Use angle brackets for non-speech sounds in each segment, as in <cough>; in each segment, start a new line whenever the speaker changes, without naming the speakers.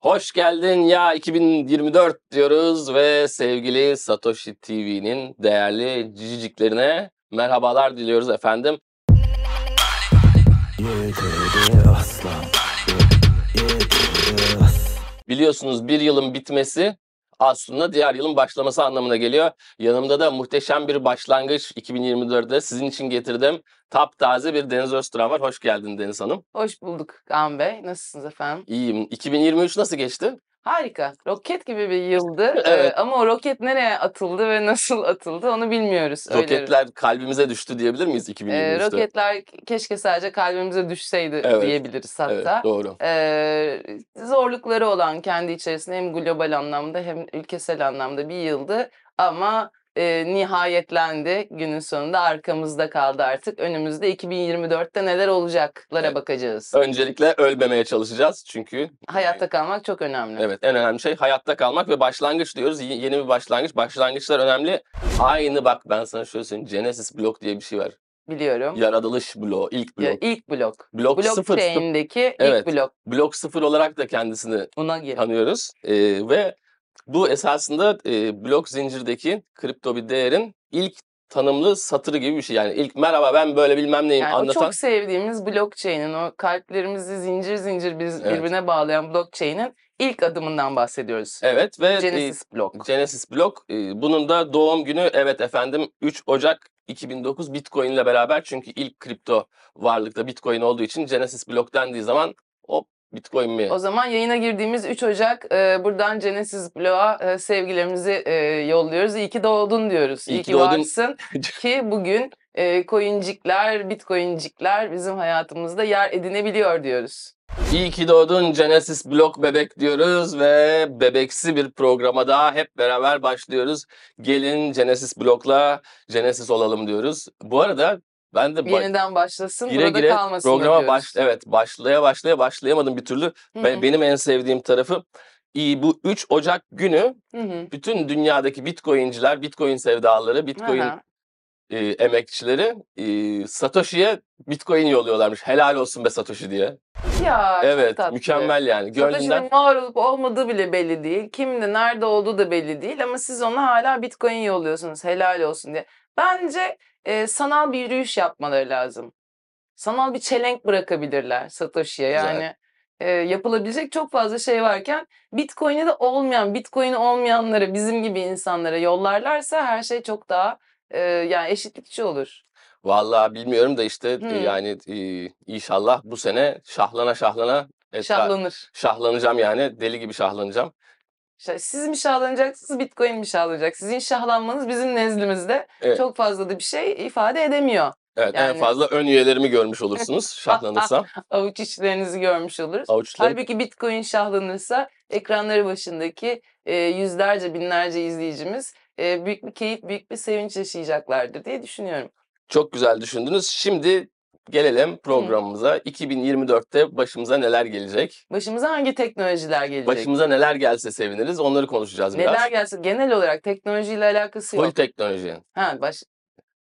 Hoş geldin ya 2024 diyoruz ve sevgili Satoshi TV'nin değerli ciciklerine merhabalar diliyoruz efendim. Biliyorsunuz bir yılın bitmesi aslında diğer yılın başlaması anlamına geliyor. Yanımda da muhteşem bir başlangıç 2024'de sizin için getirdim. Taptaze bir Deniz Öztürk var. Hoş geldin Deniz Hanım.
Hoş bulduk Kaan Bey. Nasılsınız efendim?
İyiyim. 2023 nasıl geçti?
Harika. Roket gibi bir yıldı.
<laughs>
Ee,
Evet.
ama o roket nereye atıldı ve nasıl atıldı onu bilmiyoruz. Öyle-
Roketler kalbimize düştü diyebilir miyiz
Ee,
2023'te?
roketler keşke sadece kalbimize düşseydi
Evet.
diyebiliriz
Evet,
hatta.
doğru.
Ee, zorlukları olan kendi içerisinde hem global anlamda hem ülkesel anlamda bir yıldı ama e, nihayetlendi günün sonunda arkamızda kaldı artık önümüzde 2024'te neler olacaklara
Evet.
bakacağız.
Öncelikle ölmemeye çalışacağız çünkü
Hayatta kalmak çok önemli.
evet en önemli şey hayatta kalmak ve başlangıç diyoruz. Y- Yeni bir başlangıç. Başlangıçlar önemli. Aynı bak ben sana şöyle söyleyeyim. Genesis blok diye bir şey var.
Biliyorum.
Yaratılış bloğu, ilk blok.
Ya, ilk blok.
blok, sıfır. tıp-
Blockchain'deki ilk
Evet.
blok.
Blok sıfır olarak da kendisini
Buna gir.
tanıyoruz. Ee, ve bu esasında e, blok zincirdeki kripto bir değerin ilk tanımlı satırı gibi bir şey. Yani ilk merhaba ben böyle bilmem neyim
Yani o
anlatan.
çok sevdiğimiz blockchain'in, o kalplerimizi zincir zincir biz
Evet.
birbirine bağlayan blockchain'in ilk adımından bahsediyoruz.
Evet ve e,
Genesis blok.
Genesis Block. e, Bunun da doğum günü evet efendim 3 Ocak 2009 Bitcoin ile beraber çünkü ilk kripto varlıkta Bitcoin olduğu için Genesis Block dendiği zaman hop Bitcoin mi?
O zaman yayına girdiğimiz 3 Ocak e, buradan Genesis Blog'a e, sevgilerimizi e, yolluyoruz. İyi ki doğdun diyoruz.
İyi ki
İyi, ki
doğdun. <laughs>
varsın ki bugün e, coincikler, bitcoincikler bizim hayatımızda yer edinebiliyor diyoruz.
İyi ki doğdun Genesis Block bebek diyoruz ve bebeksi bir programa daha hep beraber başlıyoruz. Gelin Genesis Block'la Genesis olalım diyoruz. Bu arada ben de ba-
Yeniden başlasın,
gire
burada
gire
kalmasın
programa
diyoruz.
baş evet başlaya başlaya başlayamadım bir türlü.
Hı
Ben-
hı,
benim en sevdiğim tarafı iyi bu 3 Ocak günü
hı hı.
bütün dünyadaki Bitcoin'ciler, Bitcoin sevdaları, Bitcoin
Aha.
e, emekçileri e, Satoshi'ye Bitcoin yolluyorlarmış. Helal olsun be Satoshi diye.
Ya çok
evet,
tatlı.
mükemmel yani. Gönlünden
Satoshi'nin var olup olmadığı bile belli değil. Kimde nerede olduğu da belli değil ama siz ona hala bitcoin yolluyorsunuz helal olsun diye. Bence e, sanal bir yürüyüş yapmaları lazım. Sanal bir çelenk bırakabilirler Satoshi'ye
Güzel.
yani. e, yapılabilecek çok fazla şey varken Bitcoin'i de olmayan, Bitcoin'i olmayanlara, bizim gibi insanlara yollarlarsa her şey çok daha e, yani eşitlikçi olur.
vallahi bilmiyorum da işte e,
Hmm.
yani e, inşallah bu sene şahlana şahlana etra-
Şahlanır.
şahlanacağım yani. Deli gibi şahlanacağım.
Şa- Siz mi şahlanacaksınız, Bitcoin mi şahlanacak? Sizin şahlanmanız bizim nezdimizde
Evet.
çok fazla da bir şey ifade edemiyor.
Evet, en
Yani-
fazla ön üyelerimi görmüş
<laughs>
olursunuz şahlanırsam.
Avuç içlerinizi görmüş oluruz.
Avuçlarım
Halbuki Bitcoin şahlanırsa ekranları başındaki e, yüzlerce, binlerce izleyicimiz e, büyük bir keyif, büyük bir sevinç yaşayacaklardır diye düşünüyorum.
Çok güzel düşündünüz. Şimdi gelelim programımıza. 2024'te başımıza neler gelecek?
Başımıza hangi teknolojiler gelecek?
Başımıza neler gelse seviniriz. Onları konuşacağız biraz.
Neler gelse genel olarak teknolojiyle alakası
Full
yok.
teknoloji.
Ha, baş,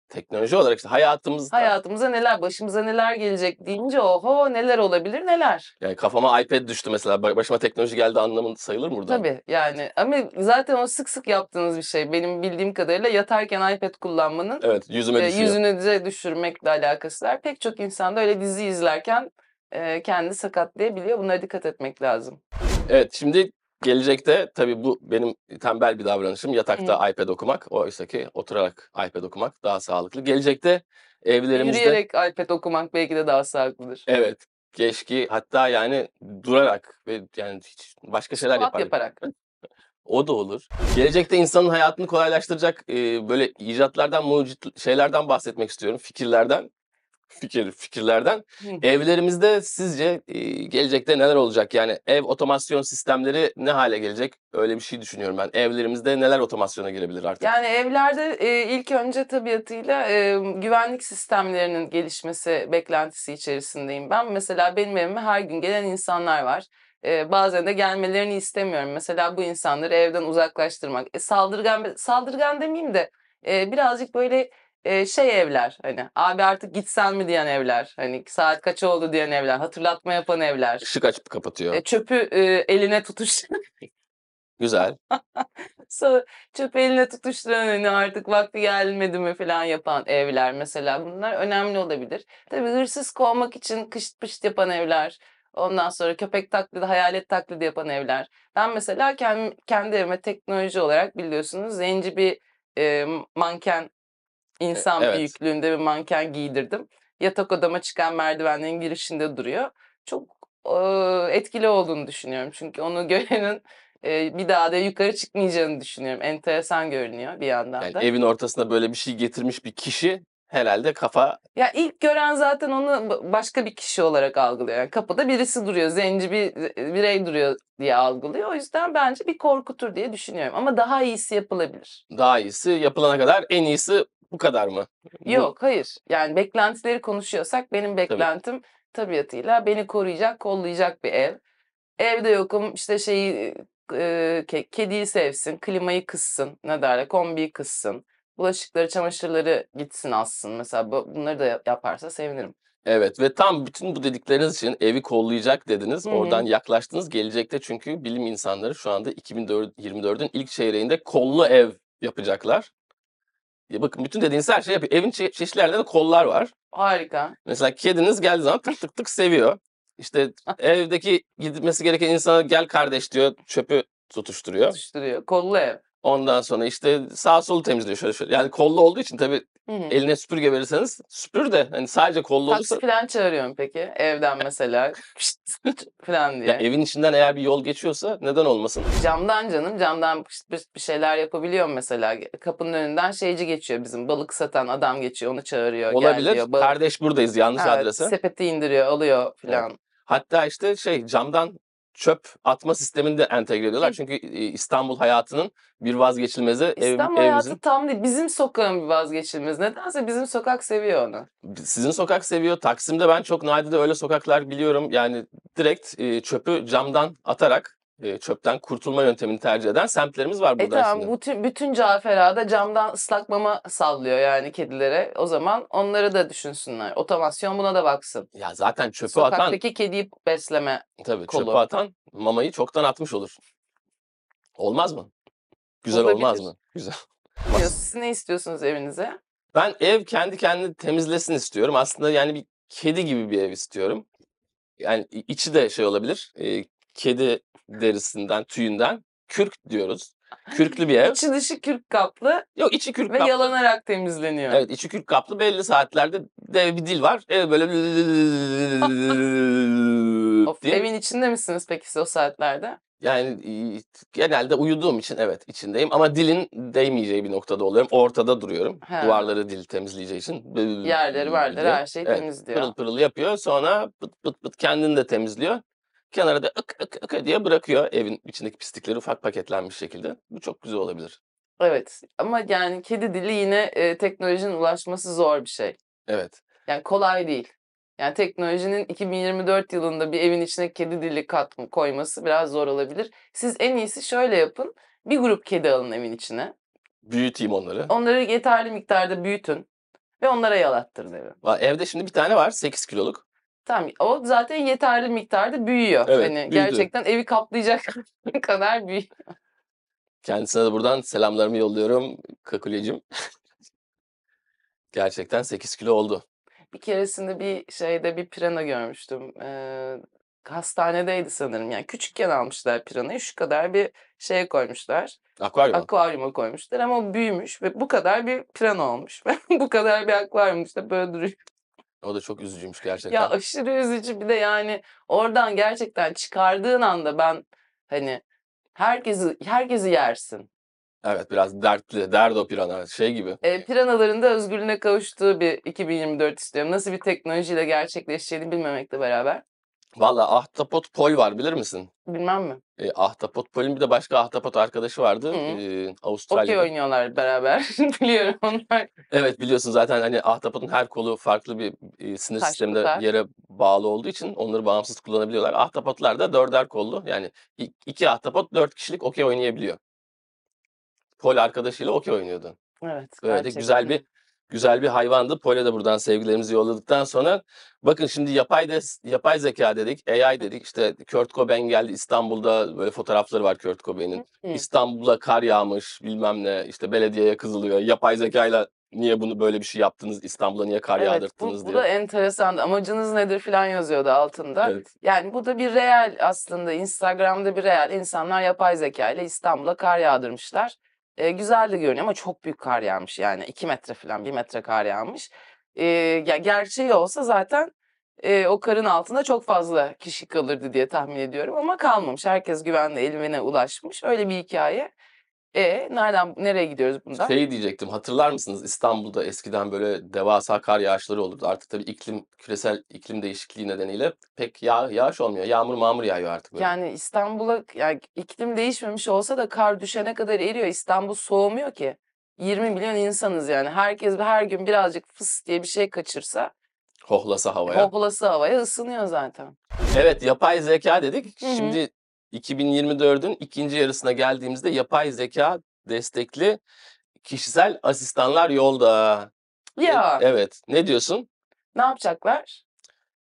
Teknoloji olarak işte hayatımızda.
hayatımıza neler, başımıza neler gelecek deyince oho neler olabilir neler.
Yani kafama iPad düştü mesela. Ba- Başıma teknoloji geldi anlamı sayılır mı burada?
Tabii yani ama zaten o sık sık yaptığınız bir şey. Benim bildiğim kadarıyla yatarken iPad kullanmanın
Evet yüzüme
e,
düşüyor.
yüzünü dize düşürmekle alakası var. Pek çok insan da öyle dizi izlerken e, kendi sakatlayabiliyor. Bunlara dikkat etmek lazım.
Evet şimdi gelecekte tabii bu benim tembel bir davranışım. Yatakta iPad okumak. Oysa ki oturarak iPad okumak daha sağlıklı. Gelecekte evlerimizde...
Yürüyerek iPad okumak belki de daha sağlıklıdır.
Evet. Keşke hatta yani durarak ve yani hiç başka şeyler
Squat
yaparak.
yaparak.
O da olur. Gelecekte insanın hayatını kolaylaştıracak e, böyle icatlardan, mucit şeylerden bahsetmek istiyorum. Fikirlerden. Fikir, fikirlerden.
Hı.
Evlerimizde sizce e, gelecekte neler olacak? Yani ev otomasyon sistemleri ne hale gelecek? Öyle bir şey düşünüyorum ben. Evlerimizde neler otomasyona girebilir artık?
Yani evlerde e, ilk önce tabiatıyla e, güvenlik sistemlerinin gelişmesi beklentisi içerisindeyim ben. Mesela benim evime her gün gelen insanlar var. E, bazen de gelmelerini istemiyorum. Mesela bu insanları evden uzaklaştırmak. E, saldırgan, saldırgan demeyeyim de e, birazcık böyle e, şey evler hani abi artık gitsen mi diyen evler hani saat kaç oldu diyen evler hatırlatma yapan evler
Işık açıp kapatıyor.
e, çöpü e, eline tutuş
Güzel.
Sonra çöp eline tutuşturan hani artık vakti gelmedi mi falan yapan evler mesela bunlar önemli olabilir. Tabii hırsız kovmak için kışt pışt yapan evler. Ondan sonra köpek taklidi, hayalet taklidi yapan evler. Ben mesela kendi, kendi evime teknoloji olarak biliyorsunuz zenci bir e, manken insan
E, evet.
büyüklüğünde bir manken giydirdim. Yatak odama çıkan merdivenlerin girişinde duruyor. Çok e, etkili olduğunu düşünüyorum. Çünkü onu <laughs> görenin e, bir daha da yukarı çıkmayacağını düşünüyorum. Enteresan görünüyor bir yandan
Yani
da.
evin ortasına böyle bir şey getirmiş bir kişi herhalde kafa
Ya ilk gören zaten onu ba- başka bir kişi olarak algılıyor. Yani kapıda birisi duruyor, zenci bir e, birey duruyor diye algılıyor. O yüzden bence bir korkutur diye düşünüyorum. Ama daha iyisi yapılabilir.
daha iyisi yapılana kadar en iyisi bu kadar mı? Bu-
Yok, hayır. Yani beklentileri konuşuyorsak benim beklentim tabiatıyla beni koruyacak, kollayacak bir ev. Evde yokum işte şeyi e, ke- kediyi sevsin, klimayı kıssın, ne derler, kombiyi kıssın. Bulaşıkları, çamaşırları gitsin alsın mesela. Bu- Bunları da yap- yaparsa sevinirim.
Evet ve tam bütün bu dedikleriniz için evi kollayacak dediniz.
Hı hı.
Oradan yaklaştınız. Gelecekte çünkü bilim insanları şu anda 2024'ün ilk çeyreğinde kollu ev yapacaklar. Ya bakın bütün dediğiniz her şey yapıyor. Evin çe- çeşitli yerlerinde de kollar var.
Harika.
Mesela kediniz geldiği zaman tık tık tık seviyor.
<laughs>
İşte evdeki gidilmesi gereken insana gel kardeş diyor çöpü tutuşturuyor.
tutuşturuyor. Kollu ev.
Ondan sonra işte sağ solu temizliyor şöyle şöyle. Yani kollu olduğu için tabii
Hı hı.
eline süpürge verirseniz süpür de hani sadece kollu olursa
Taksi falan çağırıyorum peki evden mesela Pişt falan
Ya
diye.
evin içinden eğer bir yol geçiyorsa neden olmasın?
Camdan canım camdan pişt pişt bir şeyler yapabiliyorum mesela. Kapının önünden şeyci geçiyor bizim balık satan adam geçiyor onu çağırıyor.
Olabilir.
Gel diyor. Balık-
Kardeş buradayız yanlış
Evet,
adrese.
Sepeti indiriyor alıyor falan.
Hatta işte şey camdan çöp atma sistemini de entegre ediyorlar.
Hı.
Çünkü e, İstanbul hayatının bir vazgeçilmezi ev-
İstanbul
evimizin.
hayatı tam değil. Bizim sokağın bir vazgeçilmez. Nedense bizim sokak seviyor onu.
Sizin sokak seviyor. Taksim'de ben çok nadide öyle sokaklar biliyorum. Yani direkt e, çöpü camdan atarak e, çöpten kurtulma yöntemini tercih eden semtlerimiz var
E
burada
tamam bütün, bütün Cafera'da camdan ıslak mama sallıyor yani kedilere. O zaman onları da düşünsünler. Otomasyon buna da baksın.
Ya zaten çöpü atan
Sokaktaki kediyi besleme.
tabii çöpü
kolu.
atan mamayı çoktan atmış olur. Olmaz mı? Güzel olmaz
Olabilir.
mı?
<laughs>
Güzel.
diyor. Siz ne istiyorsunuz evinize?
Ben ev kendi kendini temizlesin istiyorum. Aslında yani bir kedi gibi bir ev istiyorum. Yani i- içi de şey olabilir. e, kedi derisinden, tüyünden kürk diyoruz. Kürklü bir ev.
İçi dışı kürk kaplı
Yok içi kürk
ve
kaplı.
yalanarak temizleniyor.
Evet içi kürk kaplı belli saatlerde dev bir dil var. Ev böyle <laughs>
Of,
diye.
evin içinde misiniz peki siz o saatlerde?
Yani e, genelde uyuduğum için evet içindeyim ama dilin değmeyeceği bir noktada oluyorum. Ortada duruyorum.
He.
Duvarları dil temizleyeceği için.
Yerleri vardır
diye.
her şeyi
Evet,
temizliyor.
pırıl pırıl yapıyor. Sonra pıt pıt pıt kendini de temizliyor. Kenara da ık ık ık diye bırakıyor evin içindeki pislikleri ufak paketlenmiş şekilde. Bu çok güzel olabilir.
Evet ama yani kedi dili yine e, teknolojinin ulaşması zor bir şey.
Evet.
Yani kolay değil. Yani teknolojinin 2024 yılında bir evin içine kedi dili kat koyması biraz zor olabilir. Siz en iyisi şöyle yapın. Bir grup kedi alın evin içine.
Büyüteyim onları.
Onları yeterli miktarda büyütün ve onlara yalattırın evi.
Va- Evde şimdi bir tane var 8 kiloluk.
Tamam o zaten yeterli miktarda büyüyor.
Evet,
hani
büyüdü.
gerçekten evi kaplayacak <laughs> kadar büyüyor.
Kendisine de buradan selamlarımı yolluyorum Kakulecim. <laughs> Gerçekten 8 kilo oldu.
Bir keresinde bir şeyde bir pirana görmüştüm. Ee, hastanedeydi sanırım. Yani küçükken almışlar piranayı. Şu kadar bir şeye koymuşlar.
Akvaryum.
Akvaryuma koymuşlar ama o büyümüş ve bu kadar bir pirana olmuş. <laughs> bu kadar bir akvaryum işte böyle duruyor.
O da çok üzücüymüş gerçekten.
Ya aşırı üzücü bir de yani oradan gerçekten çıkardığın anda ben hani herkesi herkesi yersin.
Evet biraz dertli, derdo pirana şey gibi.
E, piranaların da özgürlüğüne kavuştuğu bir 2024 istiyorum. Nasıl bir teknolojiyle gerçekleşeceğini bilmemekle beraber.
Valla ahtapot pol var bilir misin?
Bilmem mi?
E, ahtapot polin bir de başka ahtapot arkadaşı vardı
Hı.
e,
Okey
Avustralya'da.
oynuyorlar beraber. <laughs> Biliyorum onlar.
Evet biliyorsun zaten hani ahtapotun her kolu farklı bir e, sinir
Taş
sisteminde
tutar.
yere bağlı olduğu için onları bağımsız kullanabiliyorlar. Ahtapotlar da dörder kollu yani i- iki ahtapot dört kişilik okey oynayabiliyor. Pol arkadaşıyla okey oynuyordu.
Evet.
Böyle de
gerçekten.
güzel bir güzel bir hayvandı. Polya da buradan sevgilerimizi yolladıktan sonra bakın şimdi yapay des, yapay zeka dedik, AI dedik. İşte Kurt Cobain geldi İstanbul'da böyle fotoğrafları var Kurt Cobain'in.
Hı.
İstanbul'a kar yağmış bilmem ne işte belediyeye kızılıyor. Yapay zekayla niye bunu böyle bir şey yaptınız İstanbul'a niye kar
Evet, bu,
yağdırttınız
bu
diye.
da enteresan. Amacınız nedir falan yazıyordu altında.
Evet.
Yani bu da bir real aslında. Instagram'da bir real. İnsanlar yapay zeka ile İstanbul'a kar yağdırmışlar. Ee, güzel de görünüyor ama çok büyük kar yağmış yani. 2 metre falan 1 metre kar yağmış. Ee, ya gerçeği olsa zaten e, o karın altında çok fazla kişi kalırdı diye tahmin ediyorum. Ama kalmamış. Herkes güvenle elimine ulaşmış. Öyle bir hikaye. E nereden nereye gidiyoruz bundan?
Şey diyecektim hatırlar mısınız İstanbul'da eskiden böyle devasa kar yağışları olurdu. Artık tabii iklim küresel iklim değişikliği nedeniyle pek yağ, yağış olmuyor. Yağmur mağmur yağıyor artık böyle.
Yani İstanbul'a yani iklim değişmemiş olsa da kar düşene kadar eriyor. İstanbul soğumuyor ki. 20 milyon insanız yani. Herkes her gün birazcık fıs diye bir şey kaçırsa
Hohlasa havaya.
hoplası havaya ısınıyor zaten.
Evet yapay zeka dedik.
Hı hı.
Şimdi 2024'ün ikinci yarısına geldiğimizde yapay zeka destekli kişisel asistanlar yolda. Ne-
Ya
Evet. Ne diyorsun?
ne yapacaklar?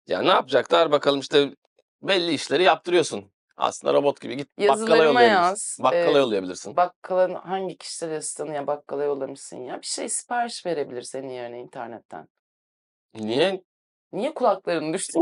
Ya ne yapacaklar bakalım işte belli işleri yaptırıyorsun. Aslında robot gibi git bakkala
Yazılarıma yaz.
yollayabilirsin. Bakkala
Ee,
yollayabilirsin.
Bakkalın hangi kişisel asistanı ya bakkala yollamışsın ya. Bir şey sipariş verebilir senin yerine internetten. <laughs>
Niye? <laughs>
Niye kulakların düştü?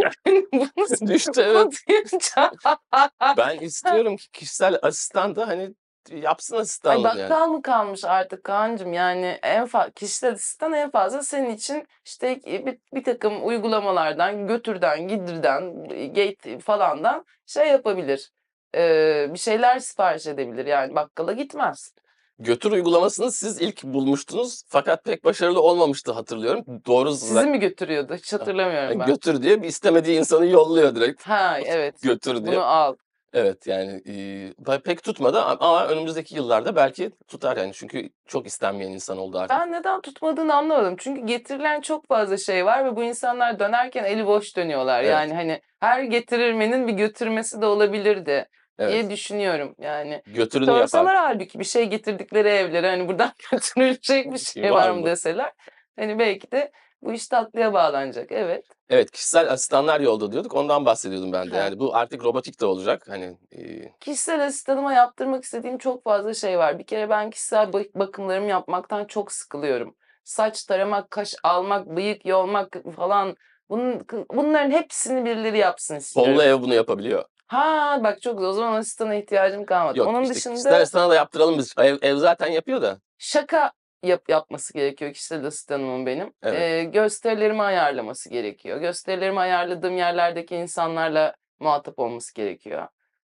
Düştü, evet.
<laughs> evet.
Ben istiyorum ki kişisel asistan da hani yapsın
Ay
asistanlığını yani.
bakkal mı kalmış artık Kaan'cığım yani en fa- kişisel asistan en fazla senin için işte e, bir, bir takım uygulamalardan götürden gidirden gate falandan şey yapabilir Ee, bir şeyler sipariş edebilir yani bakkala gitmez.
Götür uygulamasını siz ilk bulmuştunuz fakat pek başarılı olmamıştı hatırlıyorum. Doğru
Sizi mi götürüyordu hiç hatırlamıyorum
Yani <laughs>
ben.
götür diye bir istemediği insanı yolluyor direkt.
Ha evet
Götür diye.
bunu al.
Evet yani e, pe- pek tutmadı a- ama önümüzdeki yıllarda belki tutar yani. Çünkü çok istenmeyen insan oldu artık.
Ben neden tutmadığını anlamadım. Çünkü getirilen çok fazla şey var ve bu insanlar dönerken eli boş dönüyorlar.
Evet.
Yani hani her getirilmenin bir götürmesi de olabilirdi.
Evet.
diye düşünüyorum yani.
Götürünü yapar.
Sorsalar halbuki bir şey getirdikleri evlere hani buradan <laughs> götürülecek bir şey
Var
var
mı?
mı deseler. Hani belki de bu iş tatlıya bağlanacak. Evet.
Evet kişisel asistanlar yolda diyorduk. Ondan bahsediyordum ben de.
Ha.
Yani bu artık robotik de olacak. Hani e,
Kişisel asistanıma yaptırmak istediğim çok fazla şey var. Bir kere ben kişisel bak- bakımlarımı yapmaktan çok sıkılıyorum. Saç taramak, kaş almak, bıyık yolmak falan. Bunun, bunların hepsini birileri yapsın istiyorum.
Pollu ev bunu yapabiliyor.
Ha bak çok güzel. O zaman asistana ihtiyacım kalmadı.
Yok
Onun
işte kişisel
dışında
asistana da yaptıralım biz. Ev, ev zaten yapıyor da.
şaka yap, yapması gerekiyor kişisel asistanımın benim.
Evet.
Ee, gösterilerimi ayarlaması gerekiyor. Gösterilerimi ayarladığım yerlerdeki insanlarla muhatap olması gerekiyor.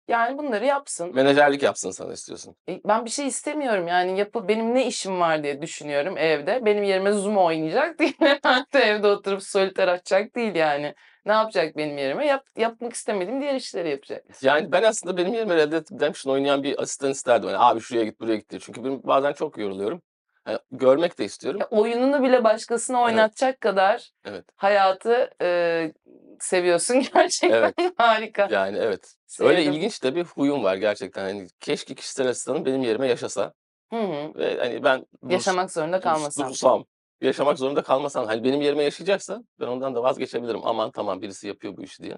Yani bunları yapsın.
Menajerlik yapsın sana istiyorsun.
E, Ben bir şey istemiyorum yani yapı benim ne işim var diye düşünüyorum evde. Benim yerime Zoom oynayacak <laughs> değil. Ben de evde oturup soliter açacak değil yani. Ne yapacak benim yerime? Yap, yapmak istemediğim diğer işleri yapacak.
Yani ben aslında benim yerime Red Dead Redemption oynayan bir asistan isterdim. Yani abi şuraya git buraya git diye. Çünkü ben bazen çok yoruluyorum. Yani görmek de istiyorum.
E, Oyununu bile başkasına oynatacak kadar
Evet.
hayatı e, seviyorsun <laughs> gerçekten.
Evet.
Harika.
Yani evet. Öyle
Sevdim.
ilginç de bir huyum var gerçekten. Hani keşke kişisel asistanım benim yerime yaşasa
Hı hı.
ve hani ben durs-
Yaşamak zorunda
durs-
kalmasam.
dursam, yaşamak zorunda kalmasam hani benim yerime yaşayacaksa ben ondan da vazgeçebilirim. Aman tamam birisi yapıyor bu işi diye.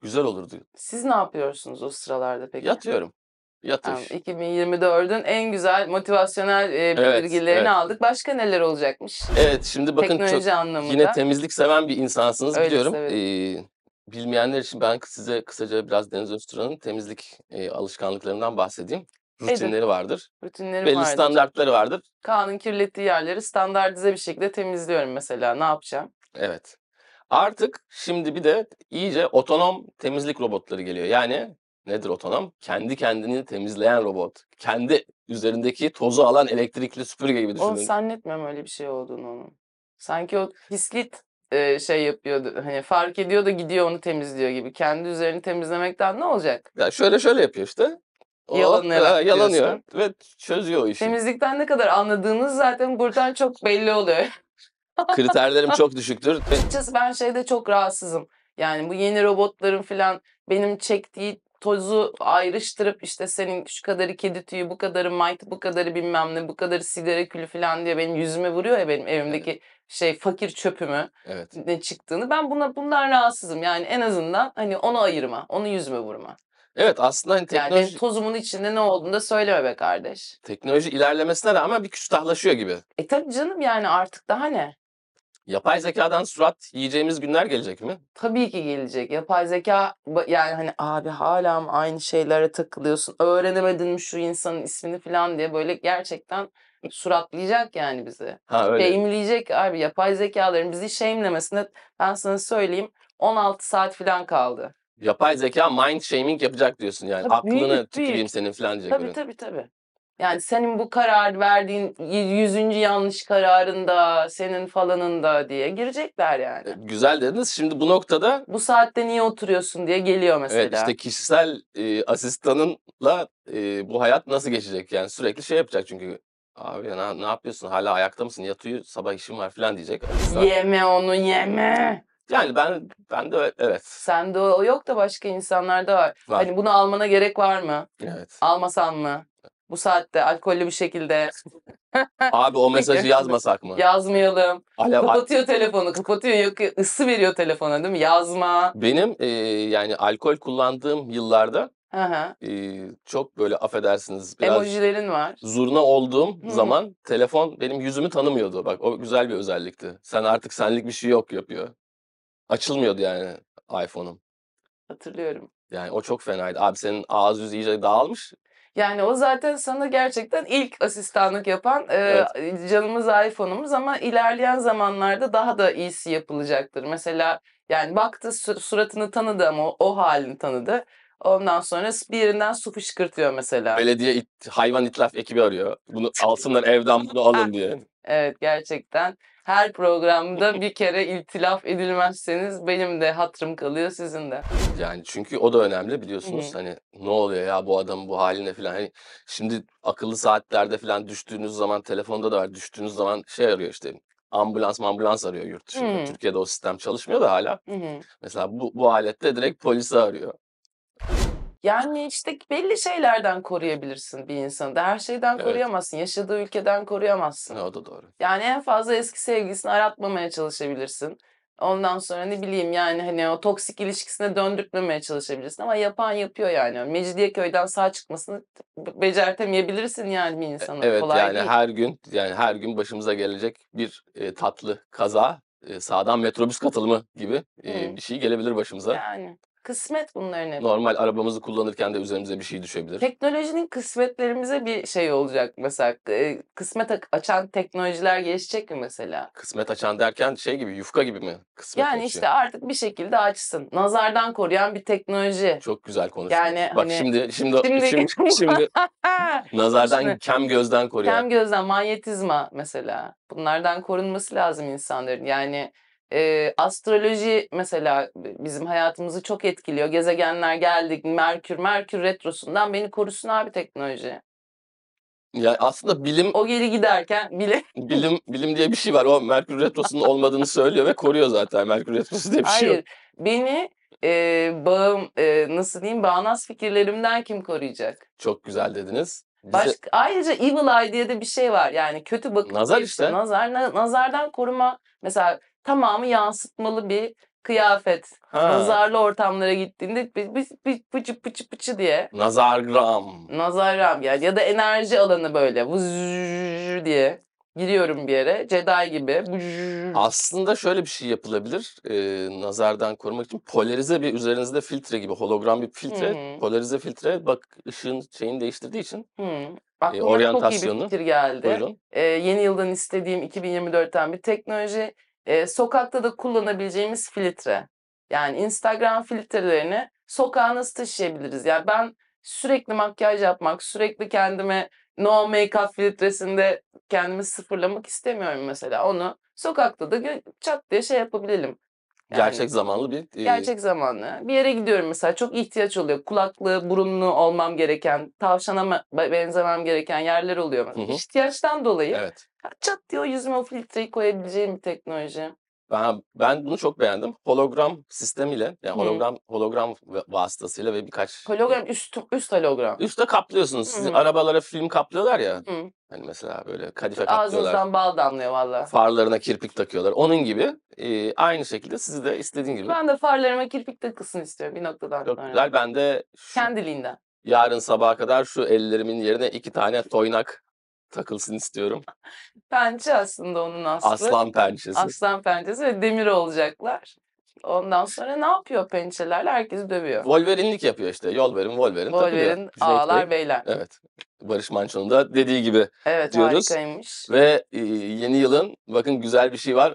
Güzel olurdu.
Siz ne yapıyorsunuz o sıralarda peki?
Yatıyorum.
Tamam,
Yatış.
2024'ün en güzel motivasyonel e,
Evet,
bilgilerini
evet.
aldık. Başka neler olacakmış?
Evet şimdi bakın çok-
Teknoloji anlamında.
yine temizlik seven bir insansınız
Öyle
biliyorum. Ee, bilmeyenler için ben size kısaca biraz Deniz Öztürk'ün temizlik e, alışkanlıklarından bahsedeyim.
Edin.
Rutinleri vardır.
Rutinlerim
Belli
vardı.
standartları vardır.
Kaan'ın kirlettiği yerleri standartize bir şekilde temizliyorum mesela. Ne yapacağım?
Evet. Artık şimdi bir de iyice otonom temizlik robotları geliyor. Yani nedir otonom? Kendi kendini temizleyen robot. Kendi üzerindeki tozu alan elektrikli süpürge gibi
O
düşünün.
zannetmiyorum öyle bir şey olduğunu onun. Sanki o pislik e, şey yapıyordu. Hani fark ediyor da gidiyor onu temizliyor gibi. Kendi üzerini temizlemekten ne olacak?
Ya şöyle şöyle yapıyor işte. O,
Yalanarak
e, yalanıyor
diyorsun.
ve çözüyor o işi.
Temizlikten ne kadar anladığınız zaten buradan çok belli oluyor. <laughs>
Kriterlerim çok düşüktür. Ve
Açıkçası ben şeyde çok rahatsızım. Yani bu yeni robotların falan benim çektiği tozu ayrıştırıp işte senin şu kadarı kedi tüyü, bu kadarı mite, bu kadarı bilmem ne, bu kadarı sigara külü falan diye benim yüzüme vuruyor ya benim evimdeki şey fakir çöpümü
Evet.
ne çıktığını. Ben buna bundan rahatsızım. Yani en azından hani onu ayırma, onu yüzüme vurma.
Evet aslında hani
Yani
teknoloji,
benim tozumun içinde ne olduğunu da söyleme be kardeş.
teknoloji ilerlemesine rağmen bir küstahlaşıyor gibi.
E tabii canım yani artık daha ne?
Yapay zekadan surat yiyeceğimiz günler gelecek mi?
Tabii ki gelecek. Yapay zeka ba- yani hani abi hala mı aynı şeylere takılıyorsun? Öğrenemedin mi şu insanın ismini falan diye böyle gerçekten suratlayacak yani bizi.
Ha öyle.
Shameleyecek abi yapay zekaların bizi shamelemesine ben sana söyleyeyim 16 saat falan kaldı.
Yapay zeka mind shaming yapacak diyorsun yani.
Tabii,
Aklını
büyük,
tüküreyim
büyük.
senin falan diyecek.
Tabii
böyle.
tabii tabii. Yani senin bu karar verdiğin y- yüzüncü yanlış kararında, senin falanında diye girecekler yani.
E, Güzel dediniz. Şimdi bu noktada
Bu saatte niye oturuyorsun diye geliyor mesela.
evet işte <laughs> kişisel e, asistanınla e, bu hayat nasıl geçecek? Yani sürekli şey yapacak çünkü. Abi ya ne, ne yapıyorsun? Hala ayakta mısın? Yat uyu. Sabah işim var falan diyecek. asistan.
Yeme onu yeme.
Yani ben ben de ö- evet.
Sende o yok da başka insanlarda var.
Var.
Hani bunu almana gerek var mı?
Evet.
Almasan mı? Bu saatte alkollü bir şekilde
Abi o mesajı
Peki.
yazmasak mı?
yazmayalım.
Alev-
Kapatıyor telefonu, kapatıyor, yakıyor, ısı veriyor telefona değil mi? Yazma.
Benim e, yani alkol kullandığım yıllarda
Hı hı.
e, çok böyle affedersiniz biraz
Emojilerin var.
zurna olduğum
hı.
zaman telefon benim yüzümü tanımıyordu. Bak o güzel bir özellikti. Sen artık senlik bir şey yok yapıyor. Açılmıyordu yani iPhone'um.
Hatırlıyorum.
Yani o çok fenaydı. Abi senin ağız yüzü iyice dağılmış.
Yani o zaten sana gerçekten ilk asistanlık yapan e, canımız iPhone'umuz ama ilerleyen zamanlarda daha da iyisi yapılacaktır. Mesela yani baktı su- suratını tanıdı ama o, o halini tanıdı. Ondan sonra bir yerinden su fışkırtıyor mesela.
Belediye it- hayvan itlaf ekibi arıyor. Bunu alsınlar evden
<laughs>
bunu
Ah.
alın diye.
Evet gerçekten her programda bir kere iltilaf edilmezseniz benim de hatırım kalıyor sizin de.
Yani çünkü o da önemli biliyorsunuz. Hani ne oluyor ya bu adamın bu haline falan. Hani şimdi akıllı saatlerde falan düştüğünüz zaman telefonda da var. Düştüğünüz zaman şey arıyor işte ambulans ambulans arıyor yurt dışında.
Hı.
Türkiye'de o sistem çalışmıyor da hala.
Hı hı.
Mesela bu, bu alette direkt polisi arıyor.
Yani işte belli şeylerden koruyabilirsin bir insanı da. Her şeyden
Evet.
koruyamazsın. Yaşadığı ülkeden koruyamazsın.
Ne o da doğru.
Yani en fazla eski sevgilisini aratmamaya çalışabilirsin. Ondan sonra ne bileyim yani hani o toksik ilişkisine döndürtmemeye çalışabilirsin. Ama yapan yapıyor yani. Mecidiyeköy'den sağ çıkmasını be- becertemeyebilirsin yani bir insana.
E, Evet
Kolay
yani
değil.
her gün yani her gün başımıza gelecek bir e, tatlı kaza, e, sağdan metrobüs katılımı gibi e,
Hı.
bir şey gelebilir başımıza.
Yani kısmet bunların hep.
Normal arabamızı kullanırken de üzerimize bir şey düşebilir.
Teknolojinin kısmetlerimize bir şey olacak mesela. E, Kısmet ak- açan teknolojiler gelişecek mi mesela?
Kısmet açan derken şey gibi yufka gibi mi? Kısmet
Yani
açıyor.
işte artık bir şekilde açsın. Nazardan koruyan bir teknoloji.
Çok güzel konuştun.
Yani
Bak
hani-
şimdi şimdi şimdi
Şimdi- <laughs>
şimdi,
Ha!
nazardan
Şimdi-
kem gözden koruyor.
Kem gözden manyetizma mesela. Bunlardan korunması lazım insanların. Yani e, astroloji mesela bizim hayatımızı çok etkiliyor. Gezegenler geldik. Merkür, Merkür retrosundan beni korusun abi teknoloji.
Yani aslında bilim
O geri giderken bile
bilim bilim diye bir şey var. O Merkür retrosunun olmadığını söylüyor ve koruyor zaten. Merkür retrosu diye bir şey yok.
hayır beni e, bağım e, nasıl diyeyim bağnaz fikirlerimden kim koruyacak?
Çok güzel dediniz. Bize-
Başka, ayrıca evil eye diye de bir şey var. Yani kötü bakış
Nazar
diye bir şey.
işte.
Nazar, na- nazardan koruma. Mesela tamamı yansıtmalı bir kıyafet.
Ha,
Nazarlı ortamlara gittiğinde bir, bir, bir pıçı pıçı pıçı diye.
Nazargram.
Nazarram yani ya da enerji alanı böyle vuzz diye giriyorum bir yere Jedi gibi. vuzz.
Aslında şöyle bir şey yapılabilir. e, nazardan korumak için polarize bir üzerinizde filtre gibi hologram bir filtre.
Hı hı.
Polarize filtre bak ışığın şeyini değiştirdiği için.
Hmm. Aklıma çok iyi bir
E, oryantasyonu.
fikir geldi.
Buyurun.
Ee, yeni yıldan istediğim 2024'ten bir teknoloji. Ee, sokakta da kullanabileceğimiz filtre. Yani Instagram filtrelerini sokağa nasıl taşıyabiliriz? Yani ben sürekli makyaj yapmak, sürekli kendime no make-up filtresinde kendimi sıfırlamak istemiyorum mesela. Onu sokakta da gö- çat diye şey yapabilelim. Yani-
Gerçek zamanlı bir e,
Gerçek zamanlı. Bir yere gidiyorum mesela çok ihtiyaç oluyor. Kulaklı, burunlu olmam gereken, tavşana mı- be- benzemem gereken yerler oluyor.
Hı hı.
İhtiyaçtan dolayı
evet.
çat diyor yüzüme o filtreyi koyabileceğim bir teknoloji.
Ben, ben bunu çok beğendim. Hologram sistemiyle, yani
Hı.
hologram hologram ve- vasıtasıyla ve birkaç
Hologram üst, üst hologram.
Üste kaplıyorsunuz. Sizin
Hı.
arabalara film kaplıyorlar ya.
Hı.
Hani mesela böyle kadife kaplıyorlar.
Ağzınızdan bal damlıyor valla.
Farlarına kirpik takıyorlar. Onun gibi e, aynı şekilde sizi de istediğin gibi.
Ben de farlarıma kirpik takılsın istiyorum bir noktadan
Çok
sonra.
güzel. Ben de şu-
Kendiliğinden.
yarın sabaha kadar şu ellerimin yerine iki tane toynak takılsın istiyorum.
Pençe aslında onun aslı.
Aslan pençesi.
Aslan pençesi ve demir olacaklar. Ondan sonra ne yapıyor pençelerle? Herkesi dövüyor.
Wolverine'lik yapıyor işte. Yol verin, Wolverine takılıyor.
Wolverine
Cüneyt Bey.
ağlar beyler.
Evet. Barış Manço'nun da dediği gibi.
Evet
diyoruz.
harikaymış.
Ve e, yeni yılın bakın güzel bir şey var.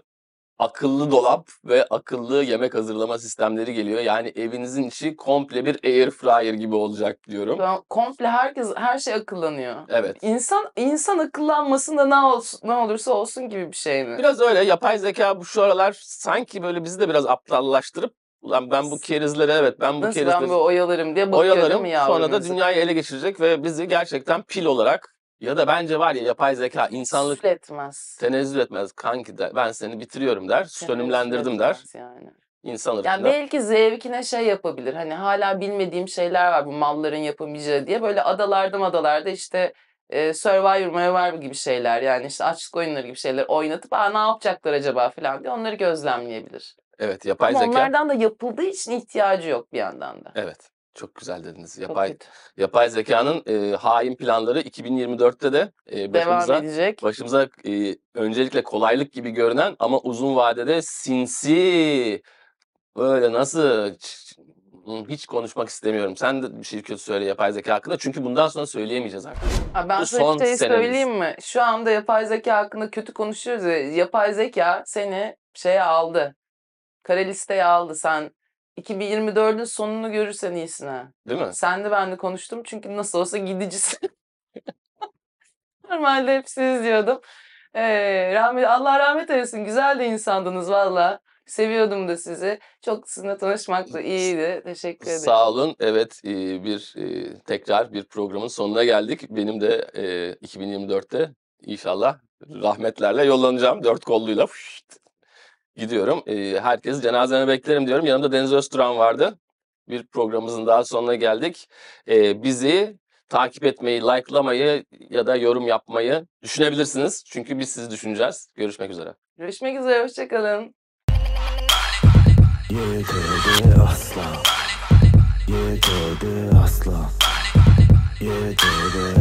Akıllı dolap ve akıllı yemek hazırlama sistemleri geliyor. Yani evinizin içi komple bir air fryer gibi olacak diyorum.
Şu an komple herkes her şey akıllanıyor.
Evet.
İnsan insan akıllanmasında ne olsun, ne olursa olsun gibi bir şey mi?
Biraz öyle yapay zeka bu şu aralar sanki böyle bizi de biraz aptallaştırıp ulan ben bu kerizlere evet ben bu
Nasıl ben
kerizleri
bu oyalarım diye bakıyor değil
oyalarım
mi yavrum?
sonra da
insan?
dünyayı ele geçirecek ve bizi gerçekten pil olarak ya da bence var ya yapay zeka insanlık
Küfür etmez.
tenezzül etmez kanki de ben seni bitiriyorum der sönümlendirdim
Küfür
der
etmez Yani.
insan
yani
ırkına
belki zevkine şey yapabilir. Hani hala bilmediğim şeyler var bu malların yapamayacağı diye. Böyle adalarda madalarda işte e, Survivor Survivor gibi şeyler yani işte açlık oyunları gibi şeyler oynatıp Aa, ne yapacaklar acaba falan diye onları gözlemleyebilir.
evet yapay
Ama
zeka
onlardan da yapıldığı için ihtiyacı yok bir yandan da.
evet çok güzel dediniz
Çok
yapay
kötü.
yapay zekanın e, hain planları 2024'te de e, başımıza
Devam edecek.
başımıza e, öncelikle kolaylık gibi görünen ama uzun vadede sinsi böyle nasıl ç- ç- hiç konuşmak istemiyorum. Sen de bir şey kötü söyle yapay zeka hakkında çünkü bundan sonra söyleyemeyeceğiz artık.
Ha, ben
Bu
sana
son
bir şey
senemiz.
söyleyeyim mi? Şu anda yapay zeka hakkında kötü konuşuyoruz ya. Yapay zeka seni şeye aldı. Kara listeye aldı. Sen 2024'ün sonunu görürsen iyisin ha.
Değil mi?
Sen de ben de konuştum çünkü nasıl olsa gidicisin. <laughs> Normalde hep siz diyordum. Ee, rahmet, Allah rahmet eylesin. Güzel de insandınız valla. Seviyordum da sizi. Çok sizinle tanışmak da iyiydi. Teşekkür ederim.
Sağ olun. Evet e, bir e, tekrar bir programın sonuna geldik. Benim de e, 2024'te inşallah rahmetlerle yollanacağım. Dört kolluyla fışt gidiyorum. E, herkes cenazeme beklerim diyorum. Yanımda Deniz Özturan vardı. Bir programımızın daha sonuna geldik. E, bizi takip etmeyi, likelamayı ya da yorum yapmayı düşünebilirsiniz. Çünkü biz sizi düşüneceğiz. Görüşmek üzere.
Görüşmek üzere. Hoşçakalın.
Yeterdi asla Yeterdi asla Yeterdi